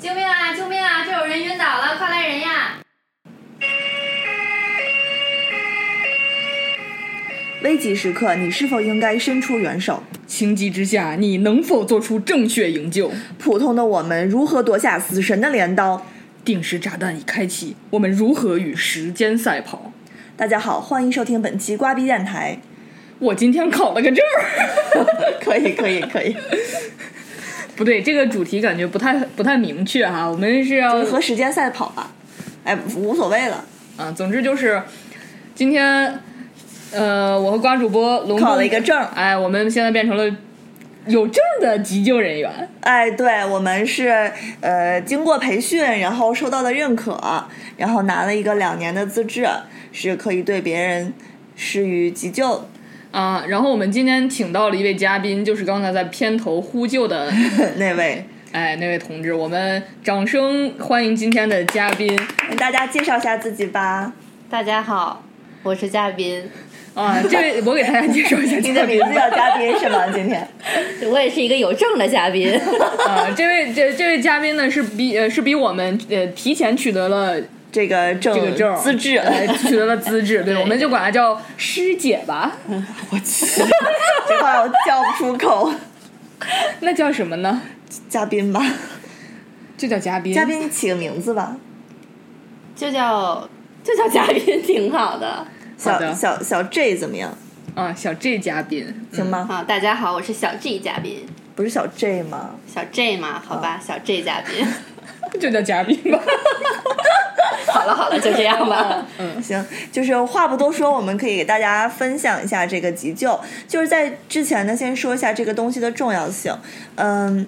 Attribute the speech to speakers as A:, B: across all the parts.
A: 救命啊！救命啊！这有人晕倒了，快来人呀！
B: 危急时刻，你是否应该伸出援手？
C: 情急之下，你能否做出正确营救？
B: 普通的我们如何夺下死神的镰刀？
C: 定时炸弹已开启，我们如何与时间赛跑？
B: 大家好，欢迎收听本期瓜逼电台。
C: 我今天考了个证儿，
B: 可以，可以，可以。
C: 不对，这个主题感觉不太不太明确哈、我们是要
B: 和时间赛跑吧，哎，无所谓了。
C: 啊，总之就是今天，呃，我和瓜主播隆重
B: 考了一个证儿
C: 哎，我们现在变成了有证儿的急救人员。
B: 哎，对，我们是呃经过培训，然后受到了认可，然后拿了一个两年的资质，是可以对别人施予急救。
C: 啊，然后我们今天请到了一位嘉宾，就是刚才在片头呼救的，
B: 那位，
C: 哎，那位同志，我们掌声欢迎今天的嘉宾
B: 给大家介绍一下自己吧。
A: 大家好，我是嘉宾，
C: 啊！这位，我给大家介绍一下
B: 你
C: 嘉
B: 的
C: 宾
B: 名字叫嘉宾是吗？今天
A: 我也是一个有证的嘉宾。
C: 啊，这位这这位嘉宾呢是比呃是比我们呃提前取得了
B: 这个证
C: 这个证儿
B: 资 质，
C: 呃取得了 资质，对，
A: 对
C: 我们就管她叫师姐吧。
B: 我去，这话我叫不出口。
C: 那叫什么呢？
B: 嘉宾吧，
C: 嗯就叫嘉宾。
B: 嘉宾起个名字吧。
A: 就叫就叫嘉宾挺好的。
C: 好
B: 小
C: 的
B: 小小 J 怎么样？
C: 啊，小 J 嘉宾。
B: 行吗？
A: 好，啊大家好，我是小 G 嘉宾，
B: 不是小 J 吗？
A: 小 J 嘛，好吧，小 J 嘉宾。
C: 就叫嘉宾吧。
A: 好了好了，就这样吧。
B: 行，就是话不多说，我们可以给大家分享一下这个急救。就是在之前呢，先说一下这个东西的重要性。嗯，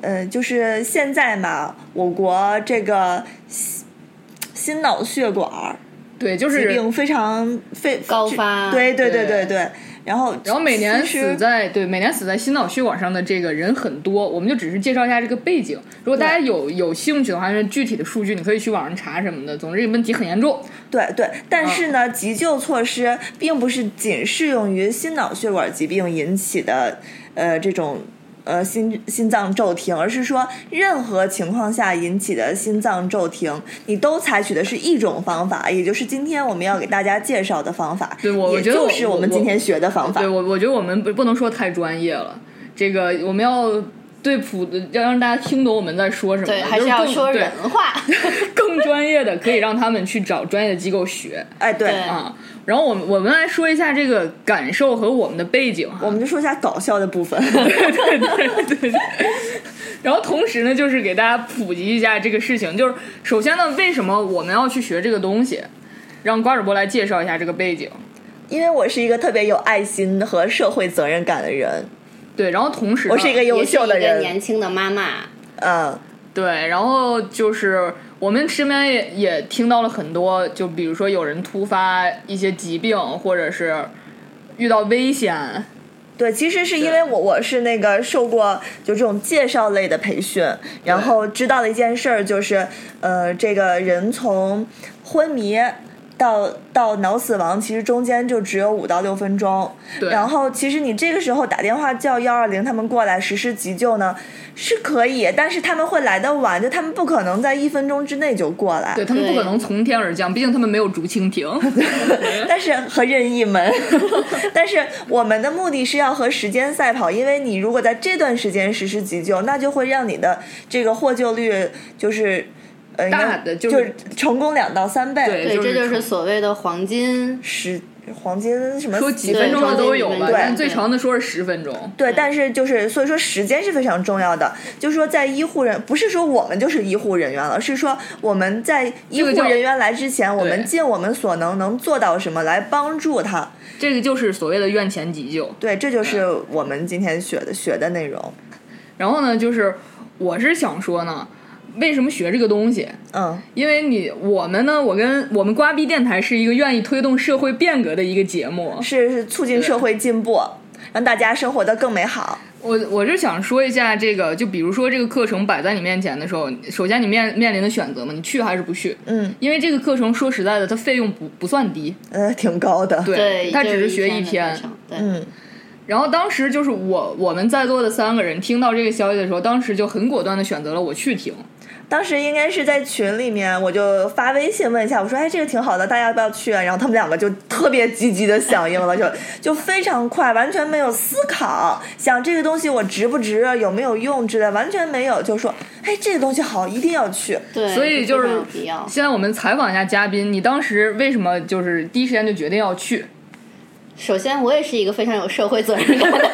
B: 呃，就是现在嘛，我国这个心心脑血管儿
C: 对，就
B: 疾
C: 是。
B: 病非常非
A: 高发
B: 对对对
C: 对
B: 对对。然后，
C: 然后每年
B: 其实
C: 死在对每年死在心脑血管上的这个人很多，我们就只是介绍一下这个背景。如果大家有有兴趣的话，具体的数据你可以去网上查什么的。总之，这个问题很严重。
B: 对对，但是呢，
C: 嗯
B: 急救措施并不是仅适用于心脑血管疾病引起的，呃，这种呃心心脏骤停，而是说任何情况下引起的心脏骤停，你都采取的是一种方法，也就是今天我们要给大家介绍的方法，
C: 对我我
B: 也
C: 觉得
B: 就
C: 我
B: 是我们
C: 我
B: 今天学的方法
C: 对。我，我觉得我们不不能说太专业了，这个我们要对普要让大家听懂我们在说什么，
A: 对，还
C: 就是
A: 要
C: 更
A: 说
C: 对
A: 人话。
C: 更专业的，可以让他们去找专业的机构学
B: 哎，对，
A: 对
C: 啊。然后我们我们来说一下这个感受和我们的背景哈，
B: 我们就说一下搞笑的部 分。
C: 对对对对对。然后同时呢，就是给大家普及一下这个事情，就是首先呢，为什么我们要去学这个东西？让瓜主播来介绍一下这个背景。
B: 因为我是一个特别有爱心和社会责任感的人，
C: 对，然后同时呢
B: 我是一个优
A: 也是
B: 秀
A: 一
B: 的
A: 个
B: 人，
A: 年轻的妈妈，
B: 嗯，
C: 对，然后就是我们身边也也听到了很多，就比如说有人突发一些疾病，或者是遇到危险，
B: 对，其实是因为我我是那个受过就这种介绍类的培训，然后知道了一件事儿，就是呃，这个人从昏迷到到脑死亡，其实中间就只有五到六分钟。
C: 对
B: 然后其实你这个时候打电话叫幺二零他们过来实施急救呢，是可以，但是他们会来的晚，就他们不可能在一分钟之内就过来。
C: 对他们不
A: 对
C: 可能从天而降，毕竟他们没有竹蜻蜓。
B: 但是和任意门， 但是我们的目的是要和时间赛跑，因为你如果在这段时间实施急救，那就会让你的这个获救率就是，呃，应该
C: 大的就
B: 就是成功两到三倍，
C: 对
A: 对，
C: 就
A: 这
C: 是
A: 就
C: 成
A: 是所谓的黄金
B: 十黄金什么
C: 说几分钟
A: 对
C: 的都有吧，
A: 对
C: 但最长的说是十分钟。
B: 对，但是就是所以说时间是非常重要的，就是说在医护人不是说我们就是医护人员了，是说我们在医
C: 个
B: 护
C: 叫
B: 人员来之前，我们
C: 对
B: 尽我们所能能做到什么来帮助他。
C: 这个就是所谓的院前急救。
B: 对，这就是我们今天学的学的内容。
C: 然后呢，就是我是想说呢，为什么学这个东西？
B: 嗯，
C: 因为你我们呢，我跟我们瓜逼电台是一个愿意推动社会变革的一个节目。
B: 是是促进社会进步，让大家生活的更美好。
C: 我我是想说一下这个，就比如说这个课程摆在你面前的时候，首先你面面临的选择嘛，你去还是不去？
B: 嗯，
C: 因为这个课程说实在的，它费用不不算低，
B: 呃，挺高的。
C: 对，
A: 对，
C: 它只
A: 就是
C: 学
A: 一
C: 一
A: 天
C: 天
A: 的课，程，对，
B: 嗯，
C: 然后当时就是我我们在座的三个人听到这个消息的时候，当时就很果断的选择了我去听。
B: 当时应该是在群里面，我就发微信问一下，我说：“哎，这个挺好的，大家要不要去啊？”然后他们两个就特别积极的响应了，就就非常快，完全没有思考，想这个东西我值不值，有没有用之类，完全没有，就说：“哎，这个东西好，一定要去。
A: 对，
C: 所以
A: 就
C: 就是
A: 非常有必要。
C: 现在我们采访一下嘉宾，你当时为什么就是第一时间就决定要去？
A: 首先，我也是一个非常有社会责任感的人，”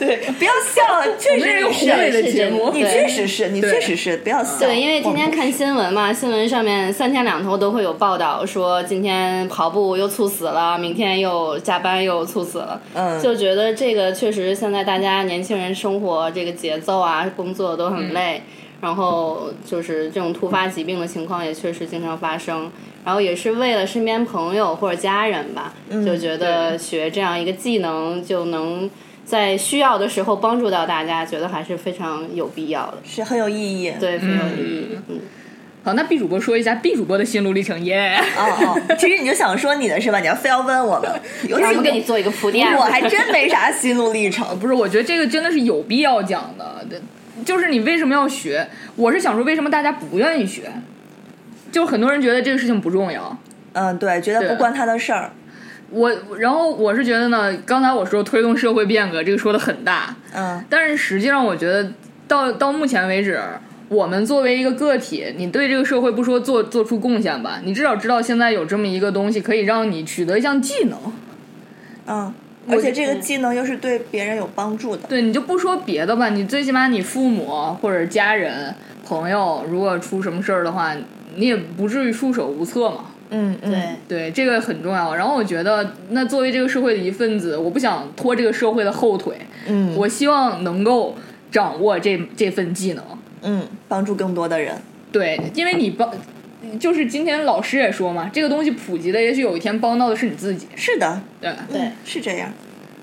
B: 对，不要笑了，确
C: 我们是一个
B: 实
C: 活
B: 是，
C: 跃的节目
B: 你
A: 对
B: 确实是你
C: 对
B: 确实是，不要笑。
A: 对，因为天天看新闻嘛，新闻上面三天两头都会有报道说今天跑步又猝死了，明天又加班又猝死了，
B: 嗯
A: 就觉得这个确实现在大家年轻人生活这个节奏啊，工作都很累，然后就是这种突发疾病的情况也确实经常发生。然后也是为了身边朋友或者家人吧，就觉得学这样一个技能就能在需要的时候帮助到大家，觉得还是非常有必要的。
B: 是很有意义。
A: 对，非常有意义。嗯，
C: 好，那 B 主播说一下 B 主播的心路历 程耶。
B: 哦哦，其实你就想说你的是吧？你要非要问我们，有
A: 我们
B: 几
A: 给你做一个铺垫。
B: 我还真没啥心路历程。
C: 不是，我觉得这个真的是有必要讲的，这就是你为什么要学？我是想说，为什么大家不愿意学？就很多人觉得这个事情不重要。
B: 嗯，对，觉得
C: 对
B: 不关他的事儿。
C: 我，然后我是觉得呢，刚才我说推动社会变革这个说的很大，
B: 嗯
C: 但是实际上我觉得到到目前为止，我们作为一个个体，你对这个社会不说做做出贡献吧，你至少知道现在有这么一个东西可以让你取得一项技能。
B: 嗯，
C: 我
B: 而且这个技能又是对别人有帮助的。
C: 对，你就不说别的吧，你最起码你父母或者家人、朋友，如果出什么事儿的话，你也不至于束手无策嘛。
B: 嗯，嗯
A: 对，
C: 对，这个很重要。然后我觉得，那作为这个社会的一份子，我不想拖这个社会的后腿，
B: 嗯，
C: 我希望能够掌握这这份技能。
B: 嗯，帮助更多的人。
C: 对，因为你帮，就是今天老师也说嘛，这个东西普及了，也许有一天帮到的是你自己。
B: 是的，
C: 对，
A: 对，
B: 是这样。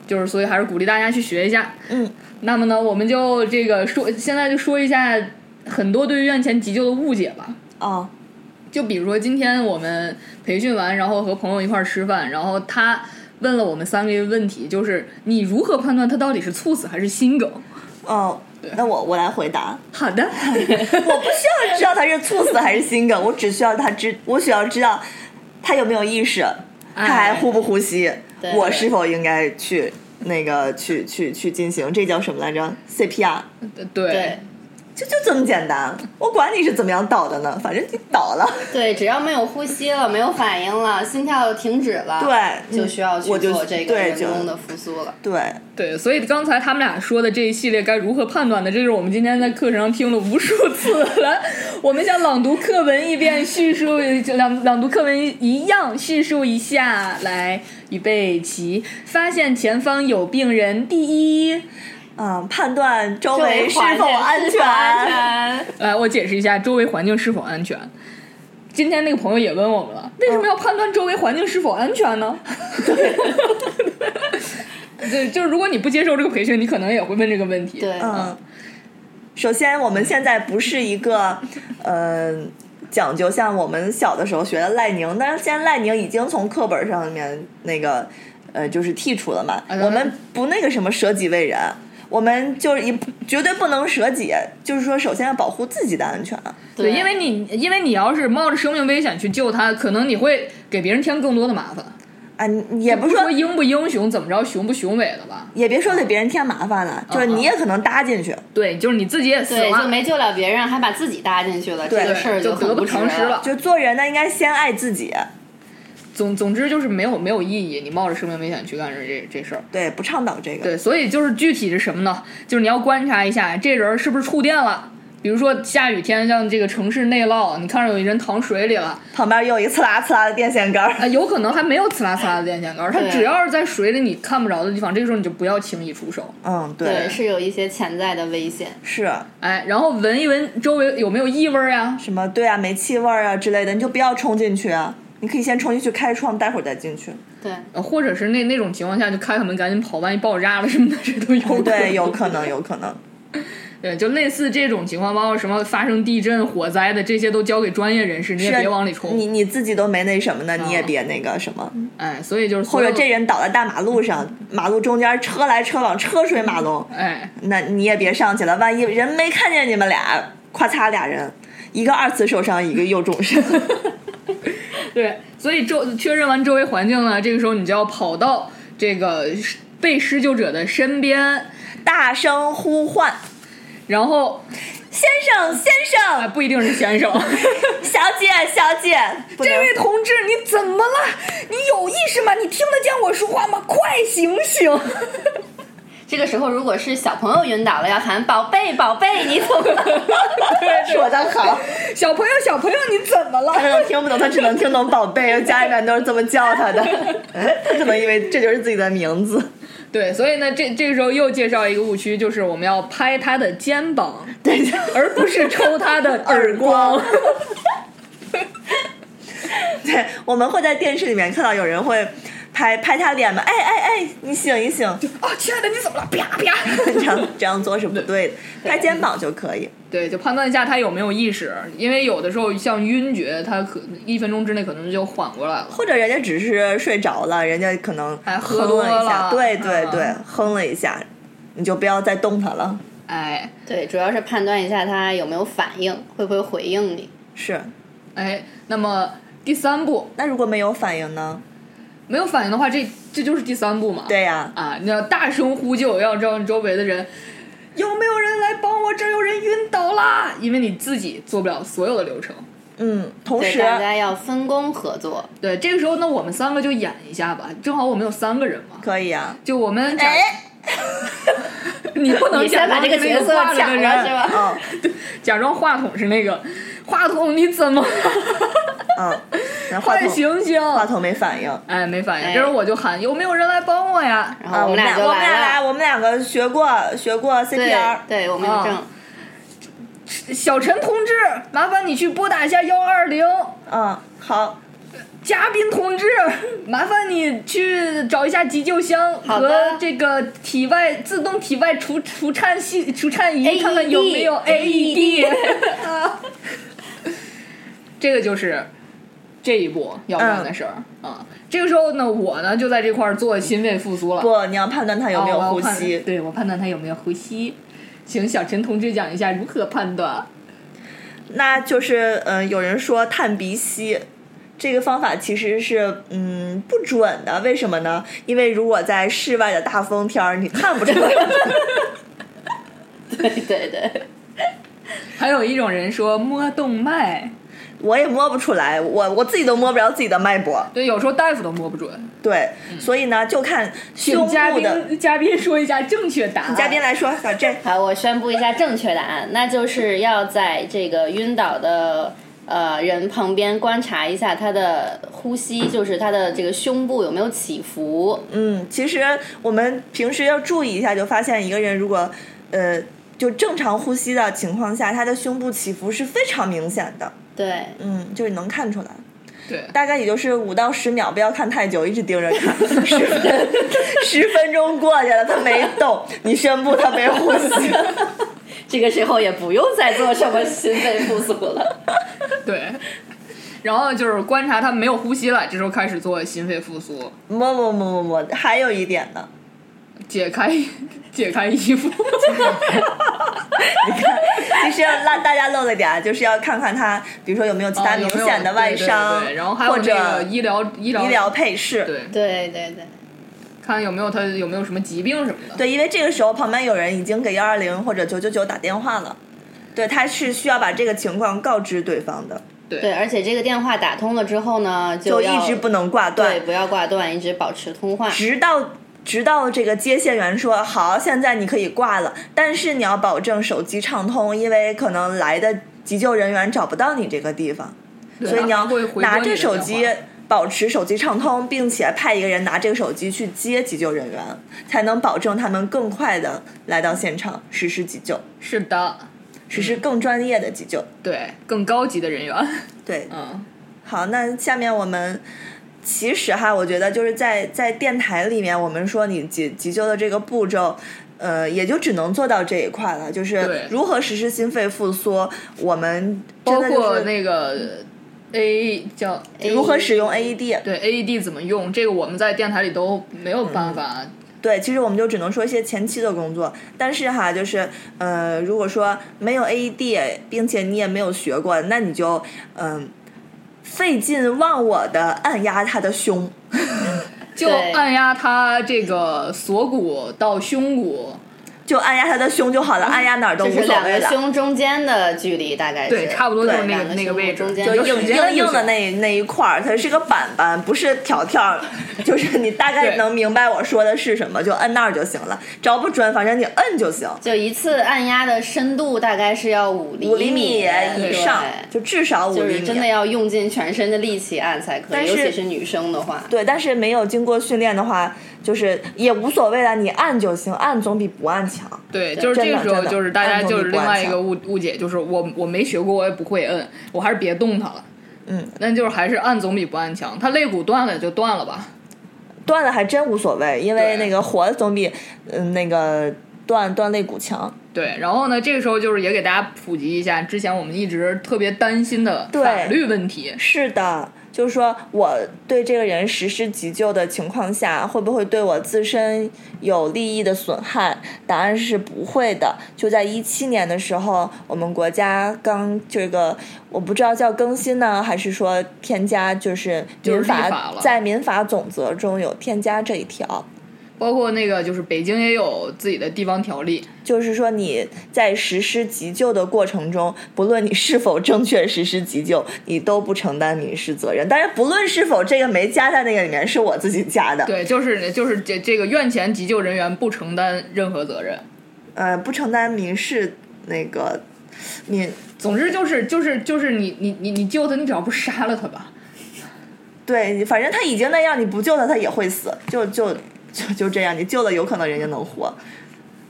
C: 就是所以还是鼓励大家去学一下。
B: 嗯，
C: 那么呢，我们就这个说，现在就说一下很多对于院前急救的误解吧。
B: 哦，
C: 就比如说今天我们培训完，然后和朋友一块儿吃饭，然后他问了我们三个一个问题，就是你如何判断他到底是猝死还是心梗？
B: 哦，那我我来回答。
C: 好的，
B: 我不需要知道他是猝死还是心梗，我 只需要他知，我只要知道他有没有意识，他还呼不呼吸，
A: 哎对
B: 我是否应该去那个去去去进行这叫什么来着？CPR。
C: 对
A: 对
B: 就就这么简单，我管你是怎么样倒的呢，反正你倒了。
A: 对，只要没有呼吸了，没有反应了，心跳停止了，
B: 对嗯
A: 就需要去
B: 我就
A: 做这个
B: 对
A: 人
B: 就
A: 工的复苏了。
B: 对，
C: 对，所以刚才他们俩说的这一系列该如何判断的，这就是我们今天在课程上听了无数次了。 我们像朗读课文一遍叙述，朗朗读课文一样叙述一下来。预备起，发现前方有病人，第一，
B: 嗯，判断周
A: 周
B: 围
A: 围
B: 是
A: 环
B: 否
A: 境
B: 安
A: 是
B: 全。
A: 否安全？
C: 来，我解释一下周围环境是否安全。今天那个朋友也问我们了，为什么要判断周围环境是否安全呢？ 对，就是如果你不接受这个培训，你可能也会问这个问题。
A: 对，
B: 嗯，首先我们现在不是一个，呃，讲究像我们小的时候学的赖宁，但是现在赖宁已经从课本上面那个，呃，就是剔除了嘛。
C: 嗯
B: 我们不那个什么舍己为人。我们就是一绝对不能舍己，就是说，首先要保护自己的安全。
C: 对，因为你因为你要是冒着生命危险去救他，可能你会给别人添更多的麻烦。
B: 啊，你也不
C: 不
B: 是
C: 说英不英雄，怎么着雄不雄伟的吧？
B: 也别说给别人添麻烦
C: 嗯
B: 了，就是你也可能搭进去。
C: 对，就是你自己也死
A: 对，就
C: 了，
A: 没救了别人，还把自己搭进去了，这
B: 对
A: 个事儿
C: 就
A: 很
C: 得不
A: 值
C: 偿失了。。
B: 就做人呢，应该先爱自己，
C: 总总之就是没有没有意义，你冒着生命危险去干这这这事儿。
B: 对，不倡导这个。
C: 对，所以就是具体是什么呢？就是你要观察一下这人是不是触电了。比如说下雨天，像这个城市内涝，你看着有人躺水里了，
B: 旁边又有一个刺啦刺啦的电线杆
C: 啊，
B: 儿，
C: 有可能还没有刺啦刺啦的电线杆儿，他
A: 对
C: 只要是在水里你看不着的地方，这个时候你就不要轻易出手。
B: 嗯，
A: 对，是有一些潜在的危险。
B: 是
C: 哎，然后闻一闻周围有没有异味儿呀？
B: 什么？对啊，没气味儿啊之类的，你就不要冲进去啊，你可以先冲进去开窗，待会儿再进 去。
A: 对，
C: 呃或者是那那
B: 嗯
C: 种情况下就开开门赶紧跑，万一爆炸了什么的，这都有可能。
B: 对，有可能，有可能。
C: 对对，就类似这种情况，包括什么发生地震、火灾的，这些都交给专业人士，你也别往里冲。嗯
B: 你你自己都没那什么呢，你也别那个什么，
C: 哎，所以就是
B: 或
C: 所有
B: 者这人倒在大马路上，
C: 嗯
B: 马路中间车来车往，车水马龙，
C: 哎，
B: 那你也别上去了，万一人没看见你们俩，咔嚓俩人，一个二次受伤，一个又重伤。
C: 对，所以周确认完周围环境了，这个时候你就要跑到这个被施救者的身边，
B: 大声呼唤：“
C: 然后
B: 先生，先
C: 哎
B: 生，
C: 不一定是 先生，
B: 小姐，小姐，不能
C: 这位同志，你怎么了？你有意识吗？你听得见我说话吗？快醒醒！
A: 这个时候，如果是小朋友晕倒了，要喊宝贝，宝贝，你怎 么了？
B: 说的好，
C: 小朋友，小朋友，你怎
B: 他
C: 么了？
B: 可能哎听不懂，他只能听懂“宝贝”，家里面都是这么叫他的，他可能以为这就是自己的名字。
C: 对，所以呢，这这个时候又介绍一个误区，就是我们要拍他的肩膀，
B: 对，
C: 而不是抽他的耳 光。
B: 对，我们会在电视里面看到有人会拍拍他脸嘛，哎哎哎，你醒一醒，
C: 啊，亲爱的，你怎么了？啪啪！
B: 这样这样做是不对的，拍肩膀就可以。
C: 对，就判断一下他有没有意识，因为有的时候像晕厥，他可一分钟之内可能就缓过来了。
B: 或者人家只是睡着了，人家可能
C: 哎喝
B: 哼了一
C: 多
B: 下，
C: 了
B: 对对对，
C: 嗯
B: 哼了一下，你就不要再动它了。
C: 哎
A: 对，主要是判断一下他有没有反应，会不会回应你。
B: 是，
C: 哎，那么第三步
B: 那如果没有反应呢？
C: 没有反应的话，这这就是第三步嘛。
B: 对呀、
C: 啊，你要大声呼救，要叫周围的人，有没有人来帮我？这儿有人晕倒啦！因为你自己做不了所有的流程。
B: 嗯，同
A: 对，
B: 时
A: 大家要分工合作。
C: 对，这个时候呢，我们三个就演一下吧，正好我们有三个人嘛，
B: 可以啊。
C: 就我们假，
B: 哎，
C: 你不能
A: 你先把
C: 假
A: 这
C: 装
A: 个
C: 是那
A: 角色
C: 挂着的
A: 抢
C: 人
A: 了是吧？
B: 嗯
C: 假装话筒是那个话筒，你怎 么了？
B: 嗯，那话
C: 快
B: 筒
C: 醒醒！
B: 话筒没反应。
C: 哎，没反应。
A: 哎
C: 这时候我就喊，有没有人来帮我呀？
A: 然
B: 啊，
A: 后
B: 我
A: 我
B: 们
A: 们
B: 俩
A: 就
B: 我们俩
A: 来
B: 来，
A: 了。
B: 我们两个学过学过 CPR，
A: 对，对，我们有嗯证。
C: 小陈同志，麻烦你去拨打一下幺二零。
B: 嗯，好，
C: 嘉宾同志， 麻烦你去找一下急救箱
A: 好
C: 和
A: 的
C: 这个体外自动体外除除颤系除颤仪，
A: AED
C: 看看有没有 AED。这个就是这一步要干的事儿啊。这个时候呢，我呢就在这块儿做心肺复苏了，
B: 不，你要判断他有没有
C: 啊我
B: 呼
C: 要判
B: 吸。
C: 对我判断他有没有呼吸。请小陈同志讲一下如何判断。
B: 那就是嗯、呃有人说探鼻息。这个方法其实是嗯不准的，为什么呢？因为如果在室外的大风天儿，你看不出 来。
A: 对对对，
C: 还有一种人说摸动脉，
B: 我也摸不出来，我我自己都摸不着自己的脉搏。
C: 对，有时候大夫都摸不准。
B: 对，所以呢，就看胸
C: 嗯请嘉
B: 部的。
C: 宾嘉宾说一下正确答案。
B: 嘉宾来说，小郑，
A: 好，我宣布一下正确答案，那就是要在这个晕倒的呃人旁边观察一下他的呼吸，就是他的这个胸部有没有起伏。
B: 嗯，其实我们平时要注意一下，就发现一个人如果呃就正常呼吸的情况下，他的胸部起伏是非常明显的，
A: 对，
B: 嗯，就是能看出来。
C: 对
B: 大概也就是五到十秒，不要看太久，一直盯着 看。十分十分钟过去了，他没动，你宣布他没呼吸。
A: 这个时候也不用再做什么心肺复苏了。
C: 对，然后就是观察他没有呼吸了，这时候开始做心肺复苏，
B: 摸摸摸摸摸，还有一点 呢，
C: 解开解开衣 服，啊
B: 就是要让大家露了点儿，啊就是要看看他，比如说有没有其他
C: 啊有
B: 明
C: 没有
B: 显的外
C: 对对对
B: 伤，
C: 对然后还有
B: 或者
C: 那个医疗医疗
B: 医疗配饰。
C: 对，
A: 对对对，
C: 看有没有他有没有什么疾病什么的。
B: 对，因为这个时候旁边有人已经给幺二零或者九九九打电话了，对，他是需要把这个情况告知对方的，
A: 对，而且这个电话打通了之后呢，就
B: 就一
A: 要
B: 直不能挂断
A: 对，，不要挂断，一直保持通话。
B: 直到直到这个接线员说好，现在你可以挂了，但是你要保证手机畅通，因为可能来的急救人员找不到你这个地方，
C: 对
B: 所以你要
C: 他会回拨
B: 拿
C: 你的
B: 着手机
C: 电话。
B: 保持手机畅通，并且派一个人拿这个手机去接急救人员，才能保证他们更快的来到现场实施急救，
C: 是的，
B: 实施更专业的急救。
C: 对，更高级的人员，
B: 对，
C: 嗯，
B: 好，那下面我们其实哈，我觉得就是在在电台里面，我们说你急急救的这个步骤，呃，也就只能做到这一块了，就是
C: 对
B: 如何实施心肺复苏，我们真
C: 包
B: 的就
C: 括
B: 是
C: 那个 A 叫
B: 如何使用 E AED。
C: 对 AED 怎么用，这个我们在电台里都没有
B: 嗯
C: 办法。
B: 对，其实我们就只能说一些前期的工作，但是哈，就是呃，如果说没有 AED，并且你也没有学过，那你就嗯、费尽忘我的按压他的胸，
C: 就按压他这个锁骨到胸骨，
B: 就按压他的胸就好了，按压哪儿都
A: 就
B: 无
A: 嗯是
B: 所
A: 两
B: 谓
A: 个
B: 了。
A: 胸中间的距离，大概是
C: 对，差不多就是
A: 对
C: 那
A: 两
C: 个
A: 个
C: 那个
A: 胸部
C: 位置
A: 中，间
C: 就
A: 就是
C: 硬
A: 是
B: 硬硬的那那一块儿，它是个板板，不是条条儿， 就是你大概
C: 对
B: 能明白我说的是什么，就摁那儿就行了，找不准，反正你摁就行。
A: 就一次按压的深度大概是要五
B: 五厘米
A: 米哎
B: 以上，
A: 对
B: 就至少五
A: 就
B: 厘
A: 是
B: 米。
C: 啊
A: 真的要用尽全身的力气按才可
B: 但
A: 以，
B: 是
A: 尤其是女生的话，
B: 对，但是没有经过训练的话，就是也无所谓了，你按就行，按总比不按强。
C: 对，就是这
B: 真
C: 个
B: 的
C: 时候，
B: 真的
C: 就是大家
B: 按动
C: 就
B: 力
C: 是
B: 不
C: 另
B: 按
C: 外一
B: 响
C: 个误误解，就是我我没学过，我也不会摁，我还是别动它了。
B: 嗯，
C: 那就是还是按总比不按强，它肋骨断了也就断了吧。
B: 断了还真无所谓，因为
C: 对
B: 那个活总比嗯那个断断肋骨强。
C: 对，然后呢，这个时候就是也给大家普及一下之前我们一直特别担心的
B: 对
C: 法律问题。
B: 是的，就是说我对这个人实施急救的情况下，会不会对我自身有利益的损害？答案是不会的。就在一七年的时候，我们国家刚这个，我不知道叫更新呢，还是说添加，就是
C: 就是
B: 民
C: 立
B: 法
C: 法了
B: 在民法总则中有添加这一条。
C: 包括那个就是北京也有自己的地方条例，
B: 就是说你在实施急救的过程中，不论你是否正确实施急救，你都不承担民事责任。当然，不论是否这个没加在那个里面，是我自己加的。
C: 对，就是就是这这个院前急救人员不承担任何责任。
B: 呃，不承担民事那个民
C: 总之就是就是就是你你你你救他，你只要不杀了他吧。
B: 对，反正他已经那样，你不救他，他也会死。就就就就这样，你救了，有可能人家能活，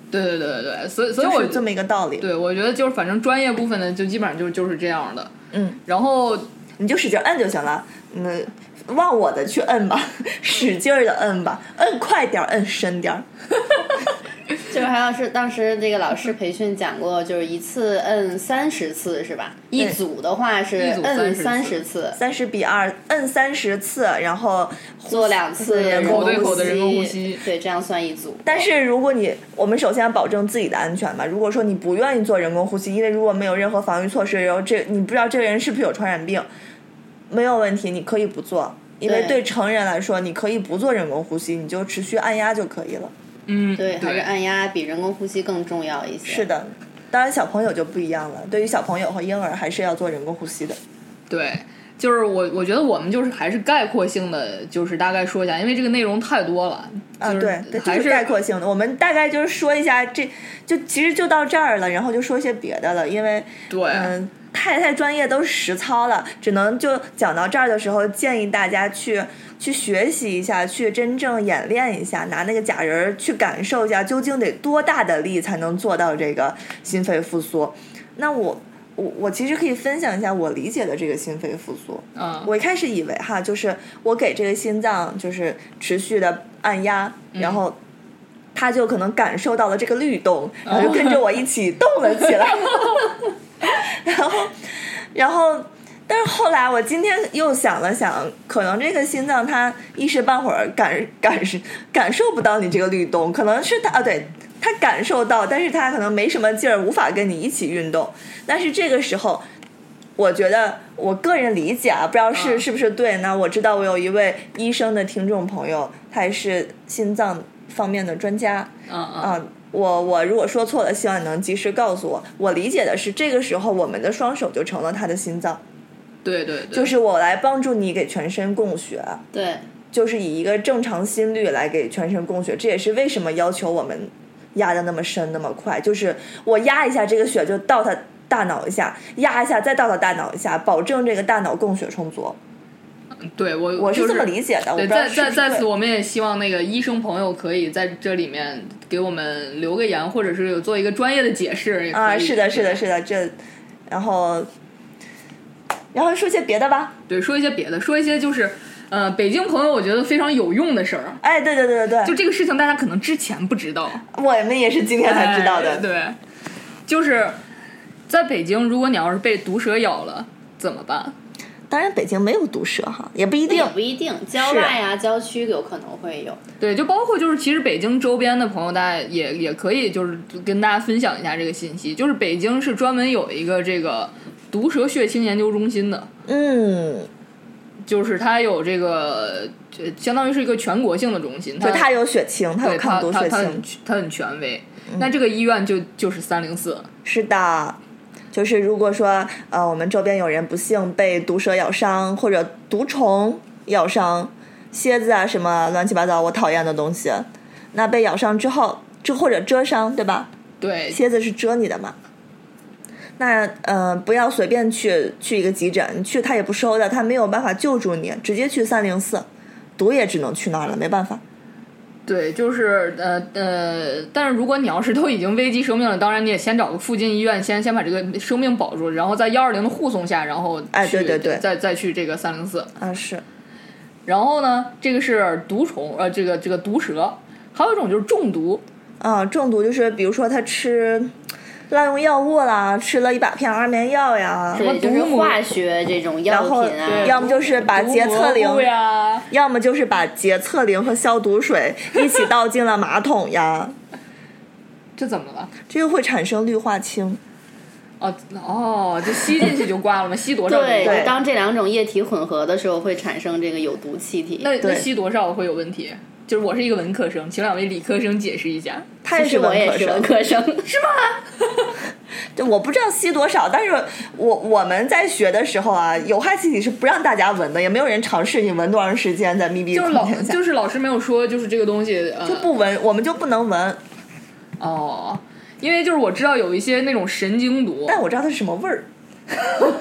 C: 对对对对对，所以所以
B: 就
C: 我
B: 是这么一个道理。
C: 对，我觉得就是反正专业部分的就基本上就就是这样的。
B: 嗯，
C: 然后
B: 你就使劲摁就行了。嗯，忘我的去摁吧， 使劲儿的摁吧，摁快点儿，摁深点儿。
A: 就是还有是当时那个老师培训讲过，就是一次摁三十次是吧？一组的话是
C: 组
A: 摁
C: 30
A: 三
C: 次
A: 十次，
B: 三十比二，摁三十次，然后呼
A: 做两次
B: 对
A: 人
B: 口对
A: 工
B: 口的
C: 人工呼吸
A: 对，这样算一组。
B: 但是如果你，我们首先要保证自己的安全嘛。如果说你不愿意做人工呼吸，因为如果没有任何防御措施，然后这你不知道这个人是不是有传染病，没有问题，你可以不做。因为
A: 对
B: 对成人来说，你可以不做人工呼吸，你就持续按压就可以了。
C: 嗯，
A: 对，还是
C: 对
A: 按压比人工呼吸更重要一些。
B: 是，的，当然小朋友就不一样了。对于小朋友和婴儿，还是要做人工呼吸的。
C: 对，就是我我觉得我们就是还是概括性的，就是大概说一下，因为这个内容太多了。
B: 啊，
C: 就是
B: 对，对，这
C: 嗯还
B: 是
C: 是
B: 概括性的。我们大概就是说一下这，就其实就到这儿了，然后就说一些别的了，因为
C: 对，
B: 嗯，太太专业都是实操了，只能就讲到这儿的时候，建议大家去去学习一下，去真正演练一下，拿那个假人儿去感受一下，究竟得多大的力才能做到这个心肺复苏？那我我我其实可以分享一下我理解的这个心肺复苏。
C: 嗯，
B: 我一开始以为哈，就是我给这个心脏就是持续的按压，然后它就可能感受到了这个律动，然后就跟着我一起动了起来。然后，然后，但是后来我今天又想了想，可能这个心脏它一时半会儿感感是感受不到你这个律动，可能是它啊对。它感受到，但是它可能没什么劲儿，无法跟你一起运动。但是这个时候，我觉得我个人理解啊，不知道是
C: 嗯
B: 是不是对呢？我知道我有一位医生的听众朋友，他也是心脏方面的专家，
C: 嗯嗯
B: 啊，我我如果说错了，希望你能及时告诉我。我理解的是，这个时候我们的双手就成了他的心脏，
C: 对对对，
B: 就是我来帮助你给全身供血，
A: 对，
B: 就是以一个正常心率来给全身供血。这也是为什么要求我们压的那么深、那么快，就是我压一下这个血就到他大脑一下，压一下再到他大脑一下，保证这个大脑供血充足。
C: 对我
B: 我
C: 就是
B: 这么理解的，我不
C: 对，
B: 知道是不
C: 在在
B: 是
C: 在
B: 对
C: 此，我们也希望那个医生朋友可以在这里面给我们留个言，或者是有做一个专业的解释。
B: 啊，是的，是的，
C: 是。
B: 是的，这，然后，然后说些别的吧。
C: 对，说一些别的，说一些就是，呃北京朋友我觉得非常有用的事儿。
B: 哎，对对对对
C: 就
B: 对，
C: 这个事情，大家可能之前不 知道，
B: 我们也是今天才知道的。
C: 哎对，就是在北京，如果你要是被毒蛇咬了，怎么办？
B: 当然，北京没有毒蛇哈，也不一定
A: 也。不一定，郊外啊、郊区有可能会有。
C: 对，就包括就是其实北京周边的朋友，大家也也可以就是跟大家分享一下这个信息，就是北京是专门有一个这个毒蛇血清研究中心的，
B: 嗯，
C: 就是它有这个这相当于是一个全国性的中心，
B: 就
C: 它
B: 它有血清，它有
C: 对它
B: 抗毒嗯
C: 它
B: 血
C: 它很
B: 清，
C: 它很权威。那这个医院就就是三零四，
B: 是的。就是如果说呃，我们周边有人不幸被毒蛇咬伤，或者毒虫咬伤，蝎子啊什么乱七八糟我讨厌的东西，那被咬伤之后，这或者蛰伤，对吧？
C: 对，
B: 蝎子是蛰你的嘛。那呃，不要随便去去一个急诊，你去他也不收的，他没有办法救助你，直接去三零四，毒也只能去那儿了，没办法。
C: 对，就是呃呃，但是如果你要是都已经危及生命了，当然你也先找个附近医院，先先把这个生命保住，然后在幺二零的护送下，然后
B: 哎
C: 去
B: 对对对
C: 再再去这个三零四。
B: 啊，是，
C: 然后呢，这个是毒虫，呃，这个这个毒蛇，还有一种就是中毒，
B: 啊，中毒就是比如说他吃滥用药物啦，吃了一百片安眠药呀，
C: 么
A: 对，就
C: 毒
A: 是
C: 蘑
A: 化学这种药
B: 然后
A: 品啊，
B: 要么就是把洁厕灵
C: 毒蘑菇呀，
B: 要么就是把洁厕灵和消毒水一起倒进了马桶呀，
C: 这怎么了？
B: 这就会产生氯化氢。
C: 哦哦，就吸进去就挂了吗？吸多少？
A: 对，
B: 对
A: 就当这两种液体混合的时候，会产生这个有毒气体。
C: 那那
B: 对
C: 吸多少会有问题？就是我是一个文科生，请两位理科生解释一下。
B: 他
A: 其
B: 也
A: 实
B: 是
A: 我
B: 文
A: 也
B: 科
A: 是
B: 生
A: 文，科生，
B: 就我不知道吸多少，但是我我们在学的时候啊，有害气体是不让大家闻的，也没有人尝试你闻多长时间在密闭
C: 就是
B: 空
C: 老
B: 间下
C: 就是老师没有说，就是这个东西呃
B: 就不闻，我们就不能闻。
C: 哦，因为就是我知道有一些那种神 经毒，
B: 但我知道它是什么味儿，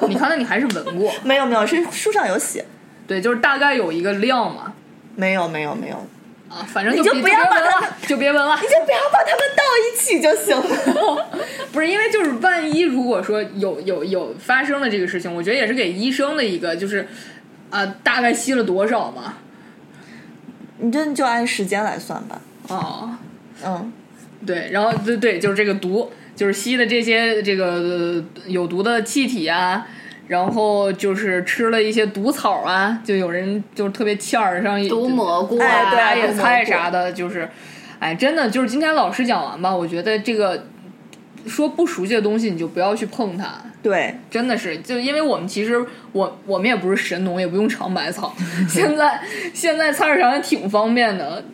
C: 你看那你还是闻过，
B: 没有没有，是书上有写，
C: 对，就是大概有一个量嘛。
B: 没有没有没有，
C: 啊，反正就
B: 你就
C: 别
B: 不要
C: 别
B: 把
C: 闻
B: 它
C: 了，就别闻了。
B: 你就不要把它们倒一起就行了。
C: 不是因为就是万一如果说有有有发生了这个事情，我觉得也是给医生的一个就是啊、大概吸了多少嘛。
B: 你就就按时间来算吧，
C: 哦，
B: 嗯，
C: 对，然后对对，就是这个毒，就是吸的这些这个呃有毒的气体啊。然后就是吃了一些毒草啊，就有人就是特别欠儿，像
A: 毒蘑菇
B: 哎
A: 啊，
B: 对啊
C: 大野
B: 有蘑
C: 菜
B: 菇
C: 啥的，就是，哎，真的就是今天老师讲完吧，我觉得这个说不熟悉的东西你就不要去碰它，
B: 对，
C: 真的是，就因为我们其实我我们也不是神农，也不用尝百草， 现在现在菜市场也挺方便的，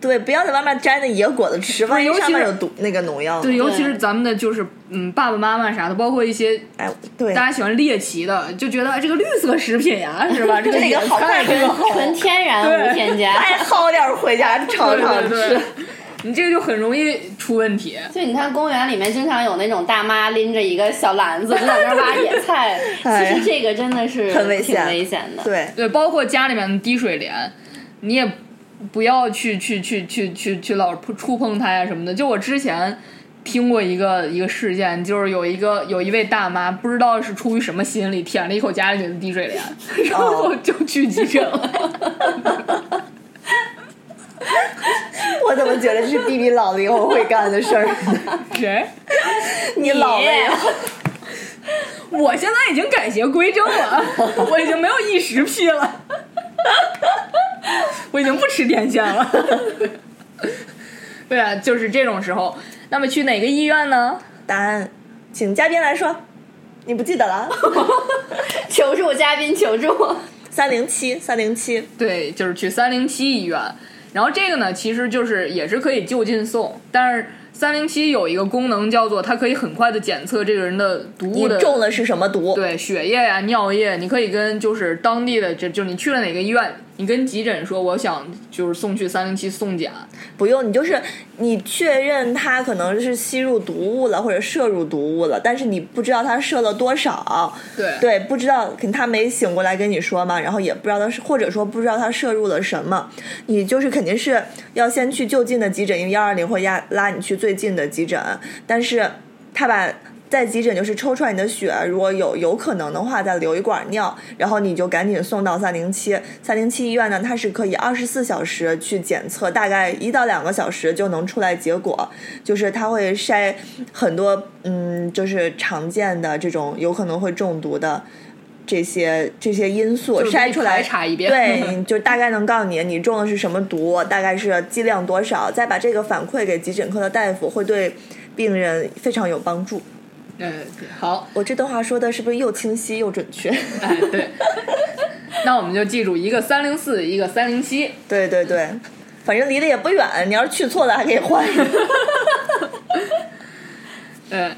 B: 对，不要在外面摘那野果子吃，万一
C: 尤其
B: 上面
C: 是
B: 有毒那个农药呢。
C: 对，尤其是咱们的就是嗯爸爸妈妈啥的，包括一些
B: 哎，对，
C: 大家喜欢猎奇的，就觉得哎这个绿色食品呀、是吧？这个
B: 这个
C: 野
B: 好
C: 菜
B: 看
C: 这个好
A: 纯天然
C: 对
A: 无添加。
B: 哎，薅点儿回家炒
C: 对
B: 炒
C: 对对
B: 吃。，
C: 你这个就很容易出问题。
A: 就你看公园里面经常有那种大妈拎着一个小篮子就在那儿挖野 菜，
B: 哎
A: 其实这个真的是
B: 很危险
A: 挺危险的。
B: 对，
C: 对，包括家里面的滴水帘，你也不要去去去去去去老碰触碰它呀什么的。就我之前听过一个一个事件，就是有一个有一位大妈，不知道是出于什么心理，舔了一口家里面的滴水帘，然后就去急诊了。
B: 我怎么觉得这是 B B 老了以后会干的事 儿？
C: 谁？
B: 你老了以后，
C: 我现在已经改邪归正了，我已经没有异食癖了，我已经不吃电线了。 对啊，就是这种时候。那么去哪个医院呢？
B: 答案，请嘉宾来说。你不记得了？啊
A: 求助嘉宾，求助！
B: 三零七，三零七，
C: 对，就是去三零七医院。然后这个呢，其实就是也是可以就近送，但是三零七有一个功能叫做它可以很快的检测这个人的毒
B: 你
C: 物的
B: 中了是什么毒？
C: 对血液呀、尿液，你可以跟就是当地的，就就你去了哪个医院，你跟急诊说我想就是送去三零七送检，
B: 不用，你就是你确认他可能是吸入毒物了，或者摄入毒物了，但是你不知道他摄了多少，
C: 对
B: 对，不知道，可能他没醒过来跟你说嘛，然后也不知道他是，或者说不知道他摄入了什么，你就是肯定是要先去就近的急诊，因为幺二零会压拉你去最近的急诊，但是他把在急诊就是抽出来你的血，如果有有可能的话，再留一管尿，然后你就赶紧送到三零七。三零七医院呢，它是可以二十四小时去检测，大概一到两个小时就能出来结果，就是它会筛很多嗯，就是常见的这种有可能会中毒的。这些这些因素
C: 就是
B: 筛出来，
C: 排查一遍
B: 对，你就大概能告诉你你中的是什么毒，大概是剂量多少，再把这个反馈给急诊科的大夫，会对病人非常有帮助。
C: 嗯，好，
B: 我这段话说的是不是又清晰又准确？
C: 哎，对， 那我们就记住一个三零四，一个三零七。
B: 对对对，反正离得也不远，你要是去错了还可以换一个。
C: 嗯，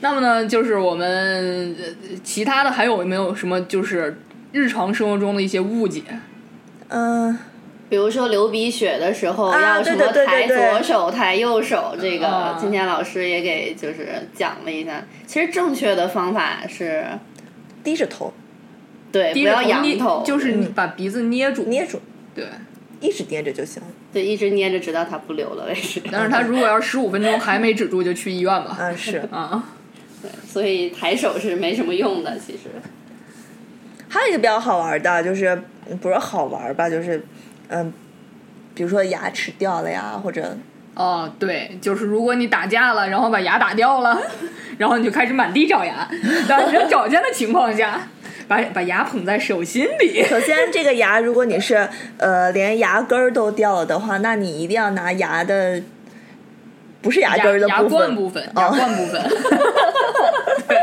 C: 那么呢，就是我们呃其他的还有没有什么就是日常生活中的一些误解？
B: 嗯，
A: 比如说流鼻血的时候，
B: 啊
A: 要什
B: 对
A: 么
B: 对对对
A: 抬
B: 对嗯
A: 左手、抬右手，这个、
C: 啊
A: 今天老师也给就是讲了一下。其实正确的方法是
B: 低着头，
A: 对，不
C: 低着
A: 要
C: 头
A: 仰
C: 捏
A: 头，
C: 就是你把鼻子捏住。
B: 捏住，
C: 对，
B: 一直捏着就行了。
A: 对，一直捏着，直到它不流了为止。
C: 但是他如果要是十五分钟还没止住，就去医院吧。
B: 嗯， 是。
C: 啊，
A: 所以抬手是没什么用的，其 实。
B: 还有一个比较好玩的，就是嗯不是好玩吧，就是嗯，比如说牙齿掉了呀，或者
C: 哦，对，就是如果你打架了，然后把牙打掉了， 然后你就开始满地找牙。当人找见的情况下，把把牙捧在手心里。
B: 首先，这个牙，如果你是呃连牙根儿都掉了的话，那你一定要拿牙的，不是牙根儿的
C: 牙
B: 部
C: 冠
B: 分，
C: 部分，
B: 哦
C: 牙冠部分。 对。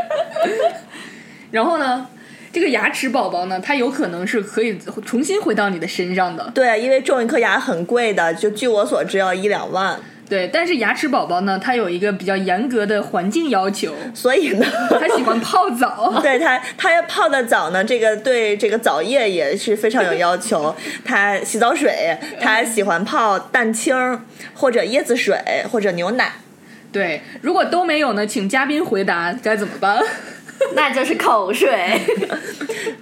C: 然后呢，这个牙齿宝宝呢，它有可能是可以重新回到你的身上的。
B: 对，因为种一颗牙很贵的，就据我所知要啊一两万，
C: 对，但是牙齿宝宝呢，它有一个比较严格的环境要求，
B: 所以呢，
C: 它喜欢泡澡。
B: 对它它要泡的澡呢，这个对这个澡液也是非常有要 求。它洗澡水，它喜欢泡蛋清儿或者椰子水或者牛奶。
C: 对，如果都没有呢，请嘉宾回答该怎么办。
A: 那就是口 水。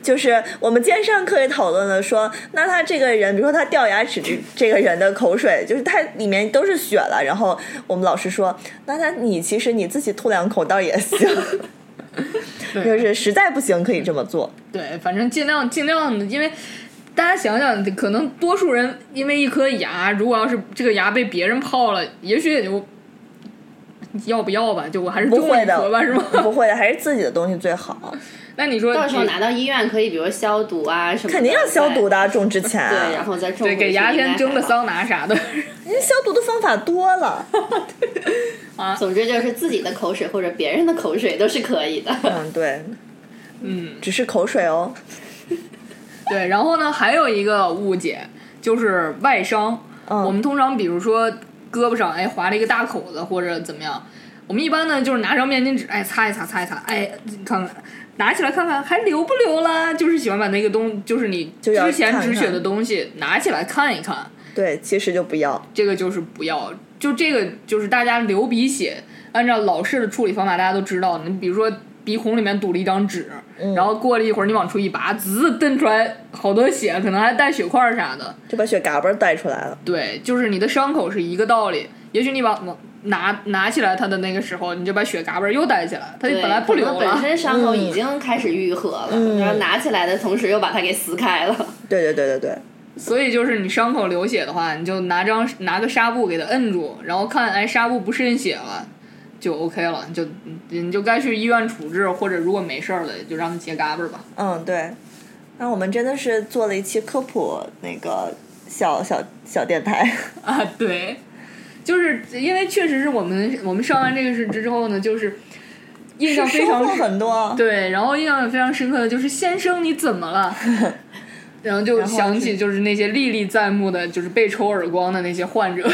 B: 就是我们今天上课也讨论了说，那他这个人，比如说他掉牙齿这这个人的口水，就是他里面都是血了。然后我们老师说，那他你其实你自己吐两口倒也行，
C: 对
B: 就是实在不行可以这么做。
C: 对，反正尽量尽量的，因为大家想想，可能多数人因为一颗牙，如果要是这个牙被别人泡了，也许也就要不要吧，就我还是
B: 不
C: 中
B: 会
C: 一颗
B: 的
C: 吧，是吗？
B: 不会的，还是自己的东西最好，
C: 那你说
A: 到时候
C: 你
A: 拿到医院可以，比如消毒啊什么的。
B: 肯定要消毒的啊，种之前啊。
A: 对。对，然后再种
C: 对给牙签蒸的
A: 骚。
C: 桑拿啥的，
B: 人家消毒的方法多了。
A: 总之就是自己的口水或者别人的口水都是可以 的。
B: 嗯，对，嗯，只是口水哦。
C: 对，然后呢，还有一个误解就是外伤。
B: 嗯
C: 我们通常比如说胳膊上哎划了一个大口子或者怎么样，我们一般呢就是拿张面巾纸哎擦一擦擦一擦，哎看看拿起来看看还流不流啦，就是喜欢把那个东就是你
B: 就要
C: 之前
B: 看
C: 止血
B: 看
C: 的东西拿起来看一看，
B: 对，其实就不要。
C: 这个就是不要，就这个就是大家流鼻血，按照老式的处理方法，大家都知道，你比如说鼻孔里面堵了一张纸，
B: 嗯
C: 然后过了一会儿你往出一拔，滋蹬出来好多血，可能还带血块儿啥的。
B: 就把血嘎嘣儿带出来了，
C: 对，就是你的伤口是一个道理。也许你往往拿拿起来它的那个时候，你就把血嘎嘣儿又带起来，它就
A: 对，
C: 本来不流
A: 可能
C: 了
A: 本。身伤口已经开始愈合了，然后拿起来的同时又把它给撕开了。
B: 对对对对对，
C: 所以就是你伤口流血的话，你就拿张拿个纱布给它摁住，然后看哎纱布不渗血了，就 OK 了，你就你就该去医院处置，或者如果没事儿了，就让它结嘎巴儿吧。
B: 嗯，对。那我们真的是做了一期科普那个小小小电台，
C: 啊，对，就是因为确实是我们我们上完这个事之后呢，就是印象 非
B: 收获
C: 常
B: 很 多。
C: 对，然后印象非常深刻的就是先生你怎么了？然后就
B: 然后
C: 想
B: 是
C: 起就是那些历历在目的，就是被抽耳光的那些患者。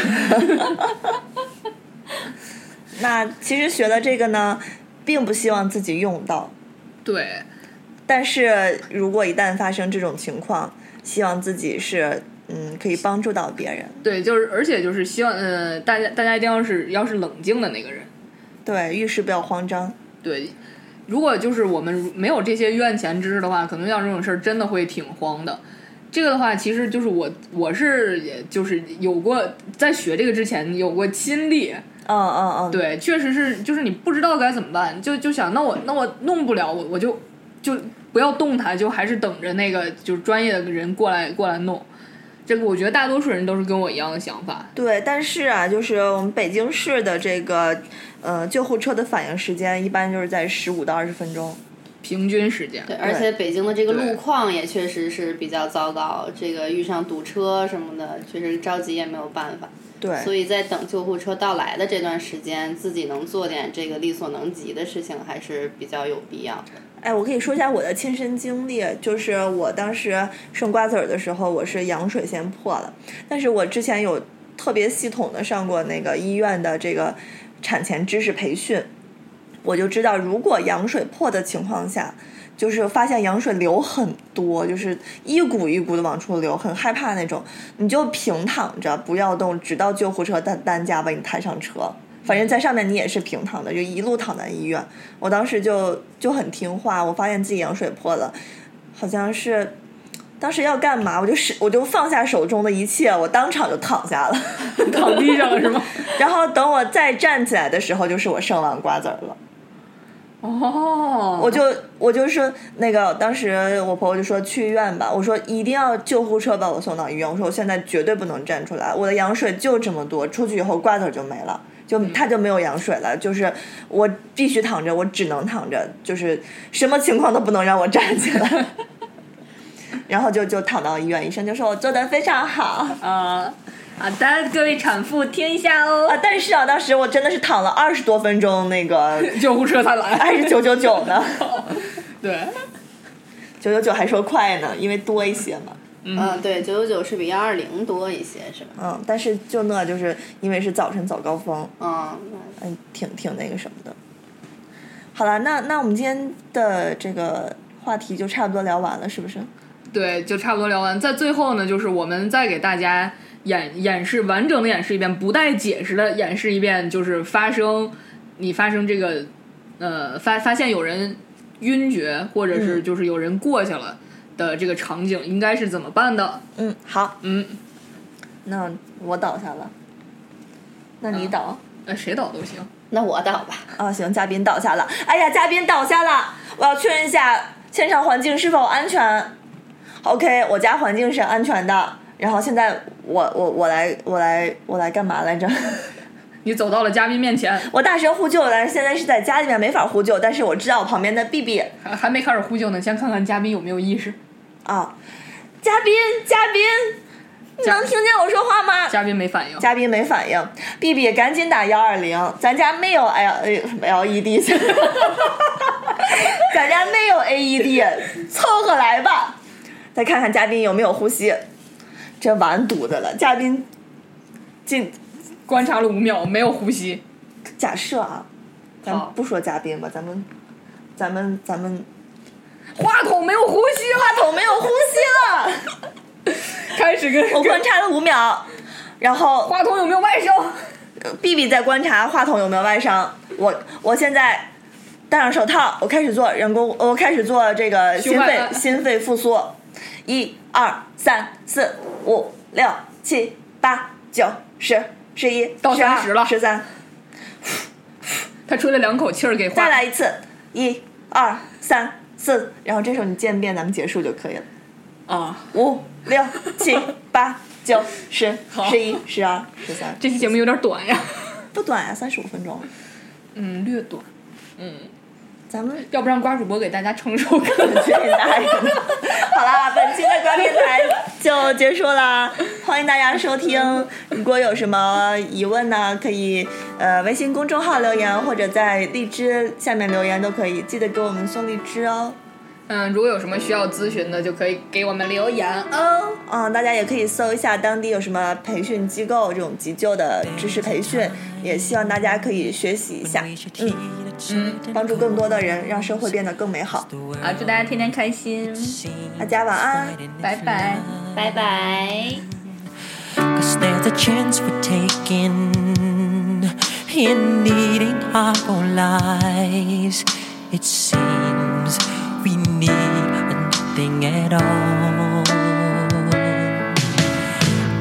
B: 那其实学的这个呢，并不希望自己用到，
C: 对，
B: 但是如果一旦发生这种情况，希望自己是嗯可以帮助到别人，
C: 对，就是而且就是希望，呃，大家大家一定要是要是冷静的那个人。
B: 对，遇事不要慌张。
C: 对，如果就是我们如没有这些院前知识的话，可能遇到这种事儿真的会挺慌的。这个的话，其实就是我我是也就是有过在学这个之前有过亲历，
B: 嗯嗯嗯，
C: 对，确实是，就是你不知道该怎么办，就就想，那我那我弄不了，我我就就不要动它，就还是等着那个就是专业的人过来过来弄。这个我觉得大多数人都是跟我一样的想法。
B: 对，但是啊，就是我们北京市的这个呃救护车的反应时间一般就是在十五到二十分钟。
C: 平均时间，
A: 对， 而且北京的这个路况也确实是比较糟糕，这个遇上堵车什么的，确实着急也没有办法。
B: 对，
A: 所以在等救护车到来的这段时间，自己能做点这个力所能及的事情，还是比较有必要的。
B: 哎，我可以说一下我的亲身经历，就是我当时生瓜子儿的时候，我是羊水先破了，但是我之前有特别系统的上过那个医院的这个产前知识培训，我就知道，如果羊水破的情况下，就是发现羊水流很多，就是一股一股的往出流，很害怕那种，你就平躺着不要动，直到救护车担担架把你抬上车。反正在上面你也是平躺的，就一路躺在医院。我当时就就很听话，我发现自己羊水破了，好像是当时要干嘛，我就是我就放下手中的一切，我当场就躺下了。
C: 躺地上了是吗？
B: 然后等我再站起来的时候，就是我剩完瓜子儿了。
C: 哦，
B: 我就我就说那个，当时我婆婆就说去医院吧，我说一定要救护车把我送到医院，我说我现在绝对不能站出来，我的羊水就这么多，出去以后瓜子儿就没了，就它就没有羊水了，就是我必须躺着，我只能躺着，就是什么情况都不能让我站起来。 然后就就躺到医院，医生就说我做的非常好
C: 啊，好的，各位产妇听一下哦
B: 啊，，但是啊，当时我真的是躺了二十多分钟，那个
C: 救护车才来。
B: 二十九九九呢，
C: 对，
B: 九九九还说快呢，因为多一些嘛。
A: 嗯，对，九九九是比幺二零多一些，是吧？
B: 嗯，但是就那就是因为是早晨早高峰，
A: 嗯，
B: 嗯，挺挺那个什么的。好了，那那我们今天的这个话题就差不多聊完了，是不是？
C: 对，就差不多聊完。在最后呢，就是我们再给大家演演示完整的演示一遍，不带解释的演示一遍，就是发生你发生这个呃发发现有人晕厥，或者
B: 嗯
C: 是就是有人过去了的这个场景，应该是怎么办的？
B: 嗯，好，
C: 嗯，
B: 那我倒下了，那你
C: 嗯
B: 倒。
C: 呃，谁倒都行。
A: 那我倒吧。
B: 啊，行，嘉宾倒下了。哎呀，嘉宾倒下了，我要确认一下现场环境是否安全。OK，我家环境是安全的。然后现在我我我来我来我来干嘛来着？
C: 你走到了嘉宾面前，
B: 我大声呼救，但是现在是在家里面没法呼救，但是我知道我旁边的 B B
C: 还还没开始呼救呢，先看看嘉宾有没有意识。
B: 啊，嘉宾嘉宾，你
C: 嘉
B: 能听见我说话吗？
C: 嘉宾没反应。
B: 嘉宾没反应，B B 赶紧打幺二零，咱家没有 L 呃什么 L E D，咱家没有 A E D，凑合来吧。再看看嘉宾有没有呼吸，这完犊子了。嘉宾进
C: 观察了五秒，没有呼吸。
B: 假设啊，咱们
C: 好
B: 不说嘉宾吧，咱们咱们咱们
C: 话筒没有呼吸了，
B: 话筒没有呼吸了，
C: 开始跟
B: 我观
C: 跟
B: 察了五秒，然后
C: 话筒有没有外声？
B: B B 在观察话筒有没有外伤。我我现在戴上手套，我开始做人工，我开始做这个
C: 循
B: 心
C: 环
B: 肺
C: 了
B: 心肺复苏。一二三四五六七八九十十一
C: 到
B: 十
C: 30了
B: 二十三，
C: 他吹了两口气儿给话筒
B: 再来一次，一二三四，然后这时候你渐变，咱们结束就可以了。
C: 啊！
B: 五六七八九十
C: 好
B: 十一十二十三，
C: 这期节目有点短呀，
B: 不短呀、3三十五分钟。
C: 嗯，略短。
B: 咱们
C: 要不让瓜主播给大家唱首歌？
B: 去你大爷！好啦，本期的观电台就结束啦，欢迎大家收听。如果有什么疑问呢，可以呃微信公众号留言，或者在荔枝下面留言都可以。记得给我们送荔枝哦。
C: 嗯，如果有什么需要咨询的，就可以给我们留言啊。
B: 哦，嗯，大家也可以搜一下当地有什么培训机构这种急救的知识培训，也希望大家可以学习一下，嗯，
D: 嗯，
B: 帮助更多的人，让社会变得更美好。
C: 好，啊祝大家天天开心，
B: 大家晚安。
C: 拜拜。
A: 拜拜。
D: Cause there's a chance we're taking in needing our lives. It seems we need nothing at all.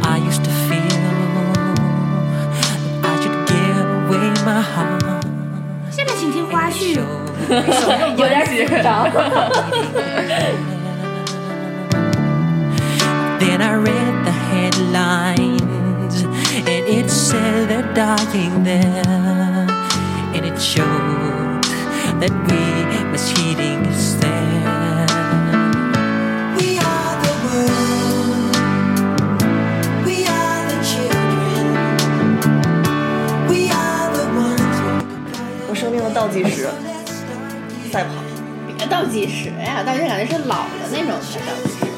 D: I used to feel that I should give away
C: 去，有点紧张。
D: Then I read the headlines, and it said they're dying there, and it showed that we was heating is there. We are the world. We are the children. We are the ones.
B: 我生命的倒计时，赛跑，
A: 别倒计时呀，倒计时感觉是老的那种才倒计时。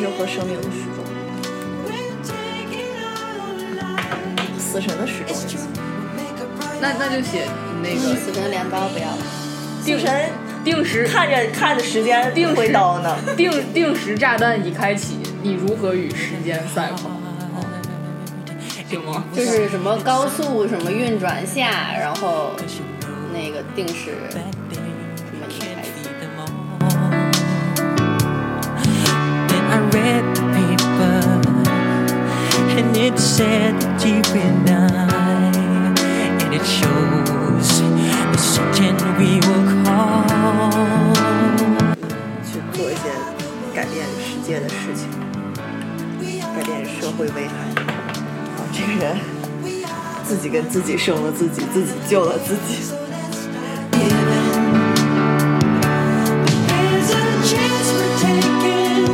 B: 又和生命的时钟，死神的时钟也行。
C: 那那就写那个
A: 死神镰刀不要了，
C: 定
B: 死神
C: 定时
B: 看着看着时间
C: 定时
B: 挥刀呢，
C: 定定时炸弹已开启，你如何与时间赛跑？行吗？
A: 就是什么高速什么运转下，然后那个定时什么一开始
D: Then I read the paper, and it said that you and I, and it shows the certain we will call.
B: 去做一些改变世界的事情，改变社会危害。啊，这个人自己跟自己生了自己，自己救了自己。
D: There's a chance we're taking,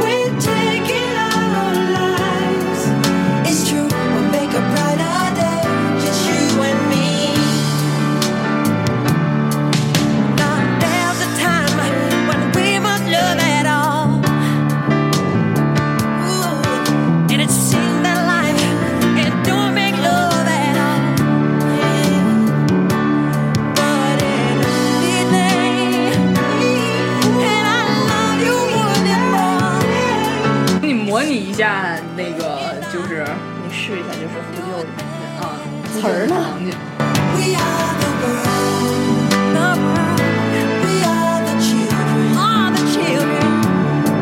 D: we're taking our own lives. It's true, we'll make a brighter day, just you and me. Now there's a time when we must love at all, and it seems that life it don't make love at all. But in and I love you wonderful.
C: 你模拟一下那个就是
B: 你试一下，就是呼救
C: 啊
A: 词儿呢？
C: 场景。
D: We are the world, we are the children, are the children.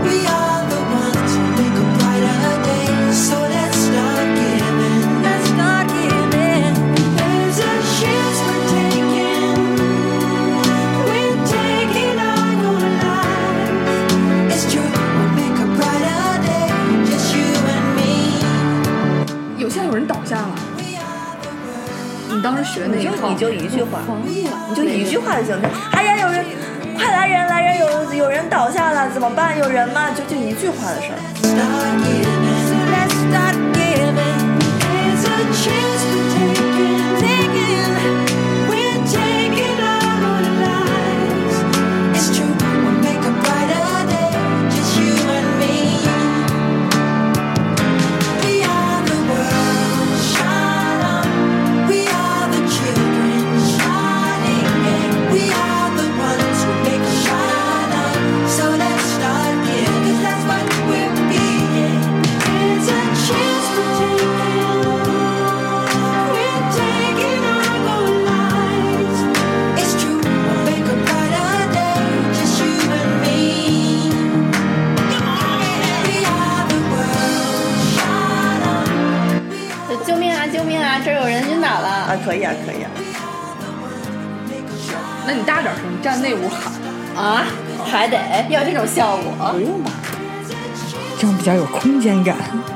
D: We are the ones who make a brighter day. So let's start giving, let's start giving. There's a chance we're taking, we're taking our own lives. It's true, we'll make a brighter day, just you and me.
C: 有现在有人倒下了，
D: We are the world.
C: 你当时学哪
B: 你
C: 一
B: 就
C: 套？
B: 你就一句话，
C: 狂野
B: 你就一句话就行。哎呀，有人，快来人，来人，有有人倒下了，怎么办？有人吗？就就一句话的事儿。
D: Start giving. So let's start giving. There's a chance we're taking, taking. We're taking our own lives. It's true, we'll make a brighter day, just you and me. We are the world, shine on. We are the children, shining. We are the ones who make it shine on. So let's start giving, 'cause that's what we're being. There's a chance we're taking. We're taking our own lives. It's true, we'll make a brighter day, just you and me. We are the world, shine on.
A: 就救命啊！救命啊！这儿有人晕倒了
B: 啊，可以啊，可以啊。
C: 那你大点声，站那屋喊，
A: 啊！还得要这种效果，
B: 不用吧？
C: 这样比较有空间感。